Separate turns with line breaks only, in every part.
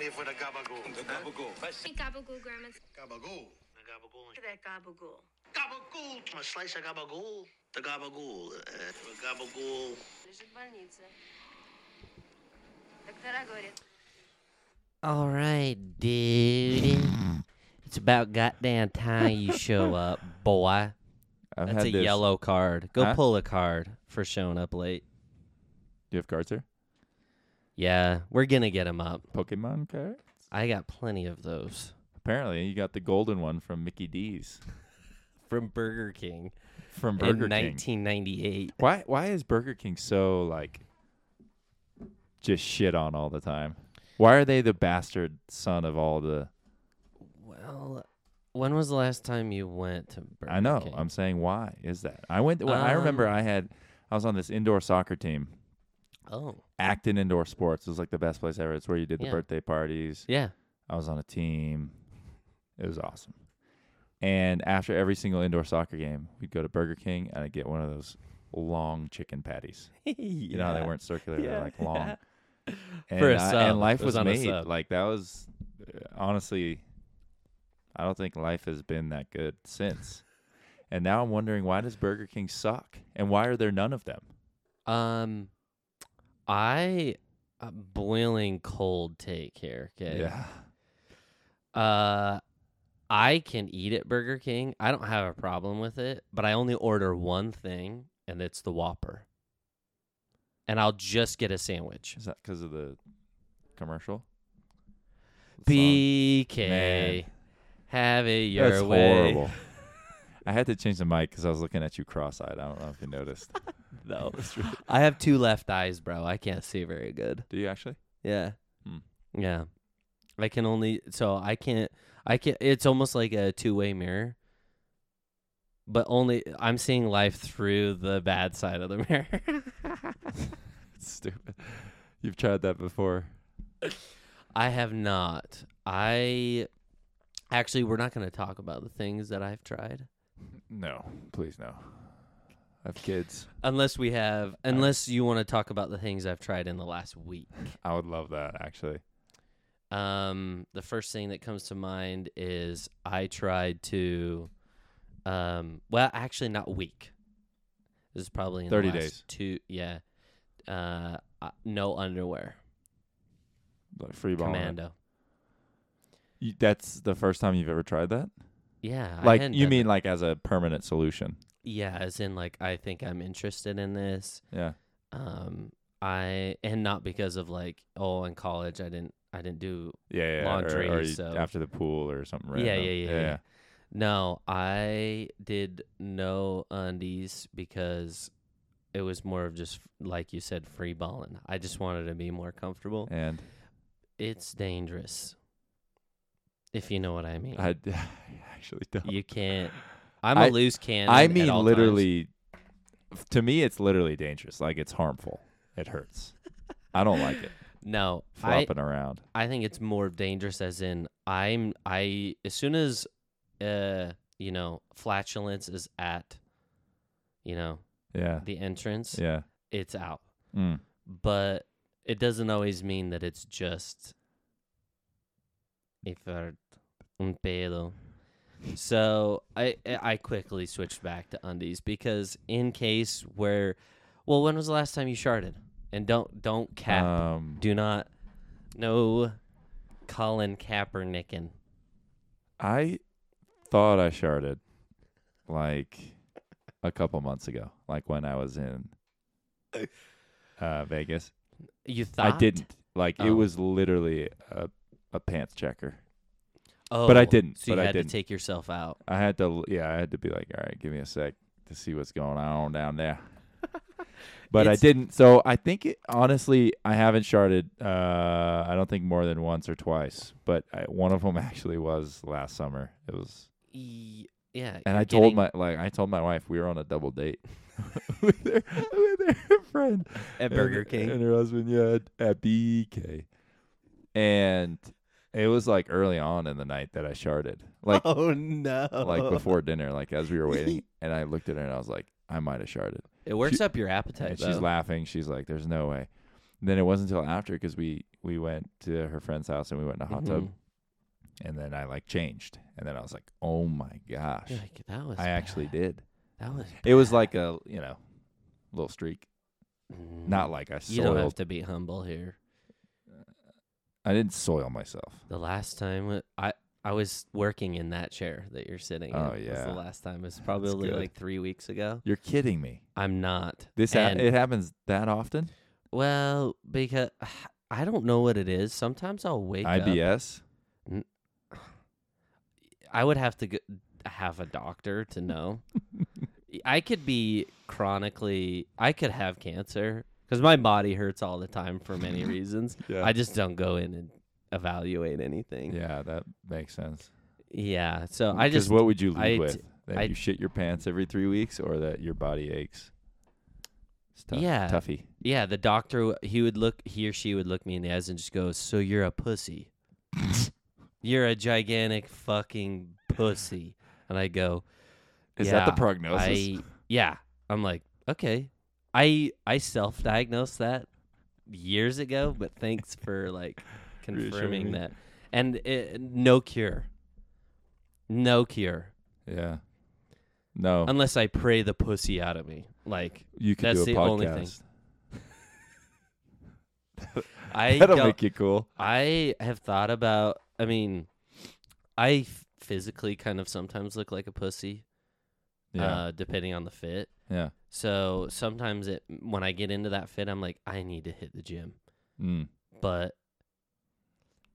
here for the gabagool.
The gabagool.
Hey, Gabagool, Grandma.
Gabagool. The
to
gabagool.
that gabagool.
Gabagool. I'm a slice of gabagool. The gabagool. Uh, gabagool.
Лежит в больнице. Доктора говорят,
All right, dude. It's about goddamn time you show up, boy.
I've
That's
had
a
this.
yellow card. Go
Huh?
pull a card for showing up late.
Do you have cards here?
Yeah, we're gonna get him up.
Pokemon cards?
I got plenty of those
Apparently, you got the golden one from Mickey D's
from Burger King
from Burger
in
King.
1998.
Why? Why is Burger King so like just shit on all the time? Why are they the bastard son of all the?
Well, when was the last time you went to Burger
I know. um,
King?
I'm saying why is that? I went. Well, I remember
Um,
I had. I was on this indoor soccer team.
Oh,
Acton Indoor Sports was like the best place ever. It's where you did the
Yeah.
birthday parties.
yeah.
I was on a team. It was awesome. And after every single indoor soccer game, we'd go to Burger King and I'd get one of those long chicken patties. You know how they weren't circular, they're
Yeah,
like long. And,
For a
I-
sub.
and life
It
was,
was on a
made.
sub.
Like that was honestly I don't think life has been that good since. and now I'm wondering why does Burger King suck? And why are there none of them?
Um, I a boiling cold take here. Okay.
Yeah.
Uh, I can eat at Burger King. I don't have a problem with it, but I only order one thing, and it's the Whopper. And I'll just get a sandwich.
Is that because of the commercial? Song?
BK,
Man.
have it your
That's
way.
horrible. I had to change the mic because I was looking at you cross-eyed. I don't know if you noticed.
No, I have two left eyes, bro. I can't see very good.
Do you actually?
Yeah.
Hmm.
Yeah. I can only so I can't I can it's almost like a two-way mirror. But only I'm seeing life through the bad side of the mirror.
It's stupid. You've tried that before.
I have not. I actually we're not going to talk about the things that I've tried
No, please no. I have kids.
unless we have unless you want to talk about the things I've tried in the last week.
I would love that actually.
Um, the first thing that comes to mind is I tried to, um, well, actually not week. This is probably in the
30
last
days.
Two, yeah. Uh, uh, no underwear.
Like free ball.
Commando.
You, that's the first time you've ever tried that.
Yeah. I
like
hadn't
you
done
mean
that.
like as a permanent solution?
Yeah, as in like I think I'm interested in this.
Yeah.
Um, I and not because of like oh in college I didn't I didn't do
Yeah. yeah, yeah.
Laundry,
Or, or you-
so-
after the pool or something. Random.
Yeah, yeah, yeah, yeah. No, I did no undies because it was more of just like you said, free balling. I just wanted to be more comfortable.
And
It's dangerous, if you know what I mean.
I, I actually don't.
you can't. I'm
I-
a loose cannon.
I
at
mean,
all times.
literally. f- To me, it's literally dangerous. Like it's harmful. It hurts. I don't like it.
No, I,
Flopping around.
I think it's more dangerous. As in, I'm I as soon as, uh, you know, flatulence is at, you know,
Yeah.
the entrance.
Yeah.
It's out.
Mm.
but it doesn't always mean that it's just if I un pedo. So I I I quickly switched back to undies because in case where, well, when was the last time you sharded? And don't don't cap.
Um,
Do not no Colin Kaepernickin.
I thought I sharded like a couple months ago, like when I was in uh, Vegas.
You thought
I didn't. Like it
Oh.
was literally a, a pants checker.
Oh,
but I didn't,
So you
but I
had
didn't.
to take yourself out.
I had to, yeah, I had to be like, all right, give me a sec to see what's going on down there. But I
It's-
didn't. So I think, it, honestly, I haven't sharded. Uh, I don't think more than once or twice. But I, one of them actually was last summer. It was
Ye- Yeah.
And
you're
I told
getting-
my like I told my wife we were on a double date with her with her friend
At
and-
Burger King.
and her husband, yeah, at, at BK. And it was like early on in the night that I sharded, like
oh no.
like before dinner, like as we were waiting. and I looked at her and I was like, I might have sharded.
It works
she-
up your appetite.
and she's
though.
laughing. She's like, "There's no way." And then it wasn't until after because we we went to her friend's house and we went in a hot tub,
Mm-hmm.
and then I like changed, and then I was like, oh my gosh,
You're like, that was
I actually
bad.
did.
That was
It was
bad."
like a you know little streak,
Mm,
not like I
You don't have
soiled.
to be humble here.
I didn't soil myself.
The last time wa- I I was working in that chair that you're sitting in.
Oh,
was
yeah.
the last time. It's probably
good.
like 3 weeks ago.
You're kidding me.
I'm not.
This ha-
And-
it happens that often.
well, because I don't know what it is. Sometimes I'll wake up
IBS.
I would have to go, have a doctor to know. I could be chronically. I could have cancer because my body hurts all the time for many reasons.
Yeah.
I just don't go in and evaluate anything. Yeah.
yeah, that makes sense.
so I
'Cause
just
what would you lead
I d-
with? That
I-
you shit your pants every three weeks, or that your body aches? It's tough.
Yeah.
toughy.
yeah. The doctor w- he would look he or she would look me in the eyes and just go, "So you're a pussy. you're a gigantic fucking pussy." And I go,
Is that the
Yeah,
prognosis?
I yeah. I'm like, okay. I I self diagnosed that years ago, but thanks for like confirming
Reassuring.
that. And it, no cure. No cure.
yeah. No,
Unless I pray the pussy out of me. Like
you could
Um, that's
do a
the
podcast.
only thing. I
That'll
don't,
make you cool.
I have thought about I mean I f- physically kind of sometimes look like a pussy
Yeah,
uh depending on the fit.
yeah.
So sometimes it when I get into that fit I'm like I need to hit the gym.
Mm.
but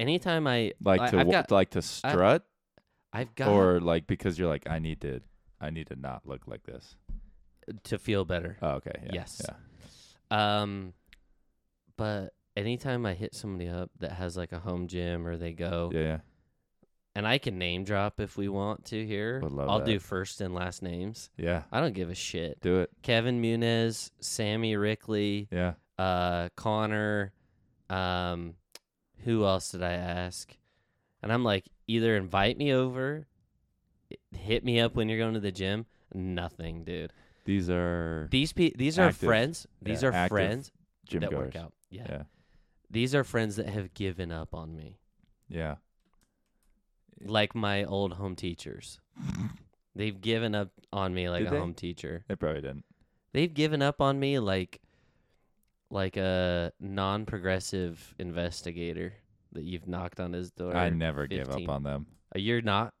anytime I
Like
I,
to
I've
wa-
got,
like to strut,
I've got
or like because you're like I need to, I need to not look like this.
to feel better.
Oh, okay. yeah,
Yes.
Yeah.
Um, but anytime I hit somebody up that has like a home gym or they go,
Yeah. yeah.
and I can name drop if we want to here.
Would love
I'll
that.
do first and last names.
Yeah.
I don't give a shit.
Do it.
Kevin Muniz, Sammy Rickley,
Yeah.
uh, Connor. Um, who else did I ask? And I'm like, either invite me over, i- hit me up when you're going to the gym. Nothing, dude.
These are
These pe- these
Active.
are friends. These
Yeah,
are
active
friends
gym
that
goers.
work out. Yeah.
Yeah.
These are friends that have given up on me,
Yeah.
like my old home teachers. They've given up on me like
Did
a
they?
home teacher.
It probably didn't.
They've given up on me like like a non-progressive investigator that you've knocked on his door.
I never gave
15.
up on them.
Uh, You're not.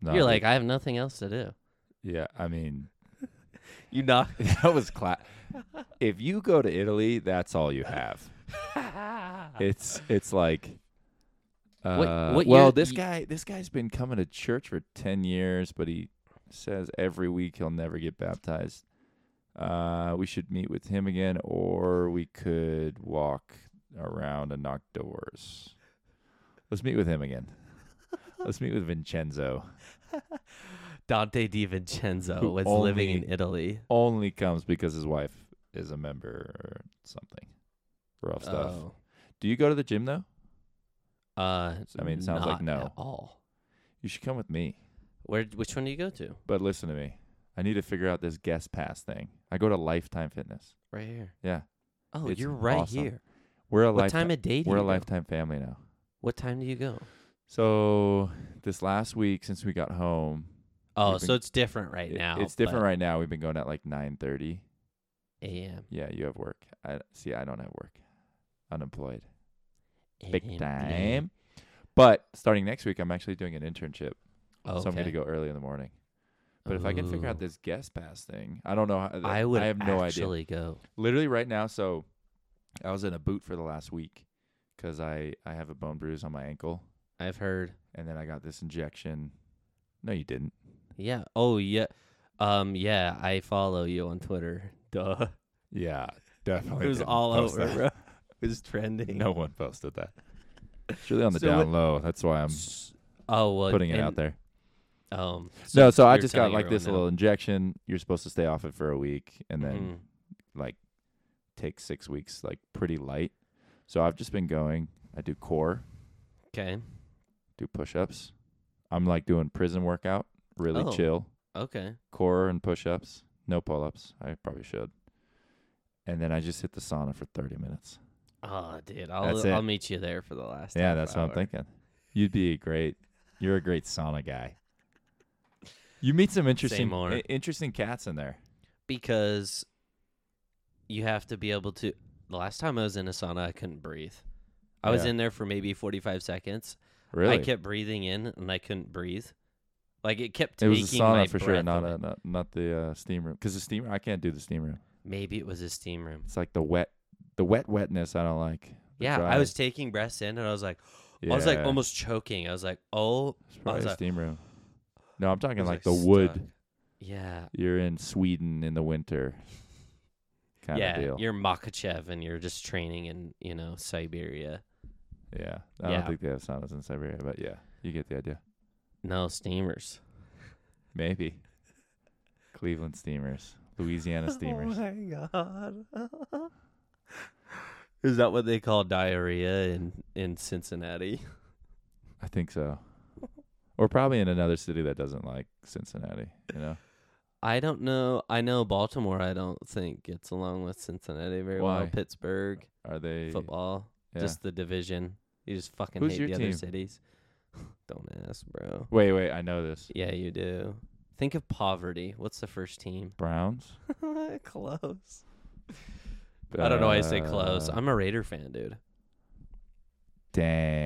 No,
you're
dude.
like, I have nothing else to do.
yeah. I mean,
You knock.
that was class. if you go to Italy, that's all you have. It's it's like. Uh,
what
well,
year-
this
y-
guy this guy's been coming to church for ten years, but he says every week he'll never get baptized. Uh, we should meet with him again, or we could walk around and knock doors. Let's meet with him again. Let's meet with Vincenzo.
Dante DiVincenzo
Who
was living in Italy.
Only comes because his wife is a member or something. Rough stuff. Do you go to the gym though?
Oh. Uh,
I mean, it sounds like
not
no.
at all.
You should come with me.
Where? Which one do you go to?
But listen to me. I need to figure out this guest pass thing. I go to Lifetime Fitness.
Right here.
Yeah.
Oh,
It's
you're right
awesome.
here.
We're a
What
lifetime
time of day do
we're
you
a
go?
lifetime family now.
What time do you go?
So this last week since we got home
Oh,
We've
so
been-
it's different right
it-
now.
it's different right now. We've been going at like nine thirty.
A.M.
Yeah, you have work. I see I don't have work. Unemployed.
AM.
Big time. But starting next week I'm actually doing an internship.
Okay.
So I'm gonna go early in the morning. But if I can figure out
Ooh.
this guest pass thing, I don't know. How,
I would
I have no idea.
actually go.
literally right now so i was in a boot for the last week because i i have a bone bruise on my ankle
I've heard.
and then i got this injection no you didn't
Yeah. Oh, yeah. Um. Yeah. I follow you on Twitter. Duh.
yeah definitely
It was all over, bro. It was trending.
no one posted that surely on the
So
down
what-
low that's why i'm
S- Oh well,
putting it out
and,
there
Um,
no so i
you're
just got
telling
like this
everyone
little injection you're supposed to stay off it for a week and
now.
then
Mhm.
like take six weeks like pretty light so i've just been going i do core
Mm, Okay.
do push-ups. I'm like doing prison workout, really
Oh.
chill,
Okay.
core and push-ups, no pull-ups. I probably should. And then I just hit the sauna for 30 minutes.
Oh, dude, I'll
That's it.
I'll meet you there for the last.
yeah,
half
that's what I'm
hour.
thinking. You'd be a great. You're a great sauna guy. You meet some interesting,
owner.
i- interesting cats in there.
Because you have to be able to. The last time I was in a sauna, I couldn't breathe. I was
Yeah.
in there for maybe 45 seconds.
Really,
I kept breathing in and I couldn't breathe. Like it kept
it was a
taking my
sauna for sure,
breath
not
away.
a, not not the uh, steam room. Because the steam room, I can't do the steam room.
Maybe it was a steam room.
It's like the wet, the wet wetness. I don't like. The
Yeah,
dry-
I was taking breaths in and I was like, I was like
Yeah,
almost choking. I was like, oh,
It's
I was
probably a
like-
steam room. No, I'm talking
was,
like,
like,
the wood.
stuck. yeah,
You're in Sweden in the winter. Kind
yeah.
of deal.
You're Makachev and you're just training in you know Siberia.
Yeah. I
Yeah.
don't think they have saunas in Siberia, but yeah, you get the idea.
No steamers.
Maybe. Cleveland steamers, Louisiana steamers.
Oh my god. Is that what they call diarrhea in in Cincinnati?
I think so. Or probably in another city that doesn't like Cincinnati, you know?
I don't know. I know Baltimore. I don't think gets along with Cincinnati very well.
Why?
Pittsburgh
Are they
football,
yeah.
just the division. You just fucking
Who's
hate
your
the other
team?
cities. don't ask, bro.
Wait, wait, I know this.
Yeah, you do. Think of poverty. What's the first team?
Browns?
close. I don't know why I say close.
Uh,
I'm a Raider fan, dude.
Dang.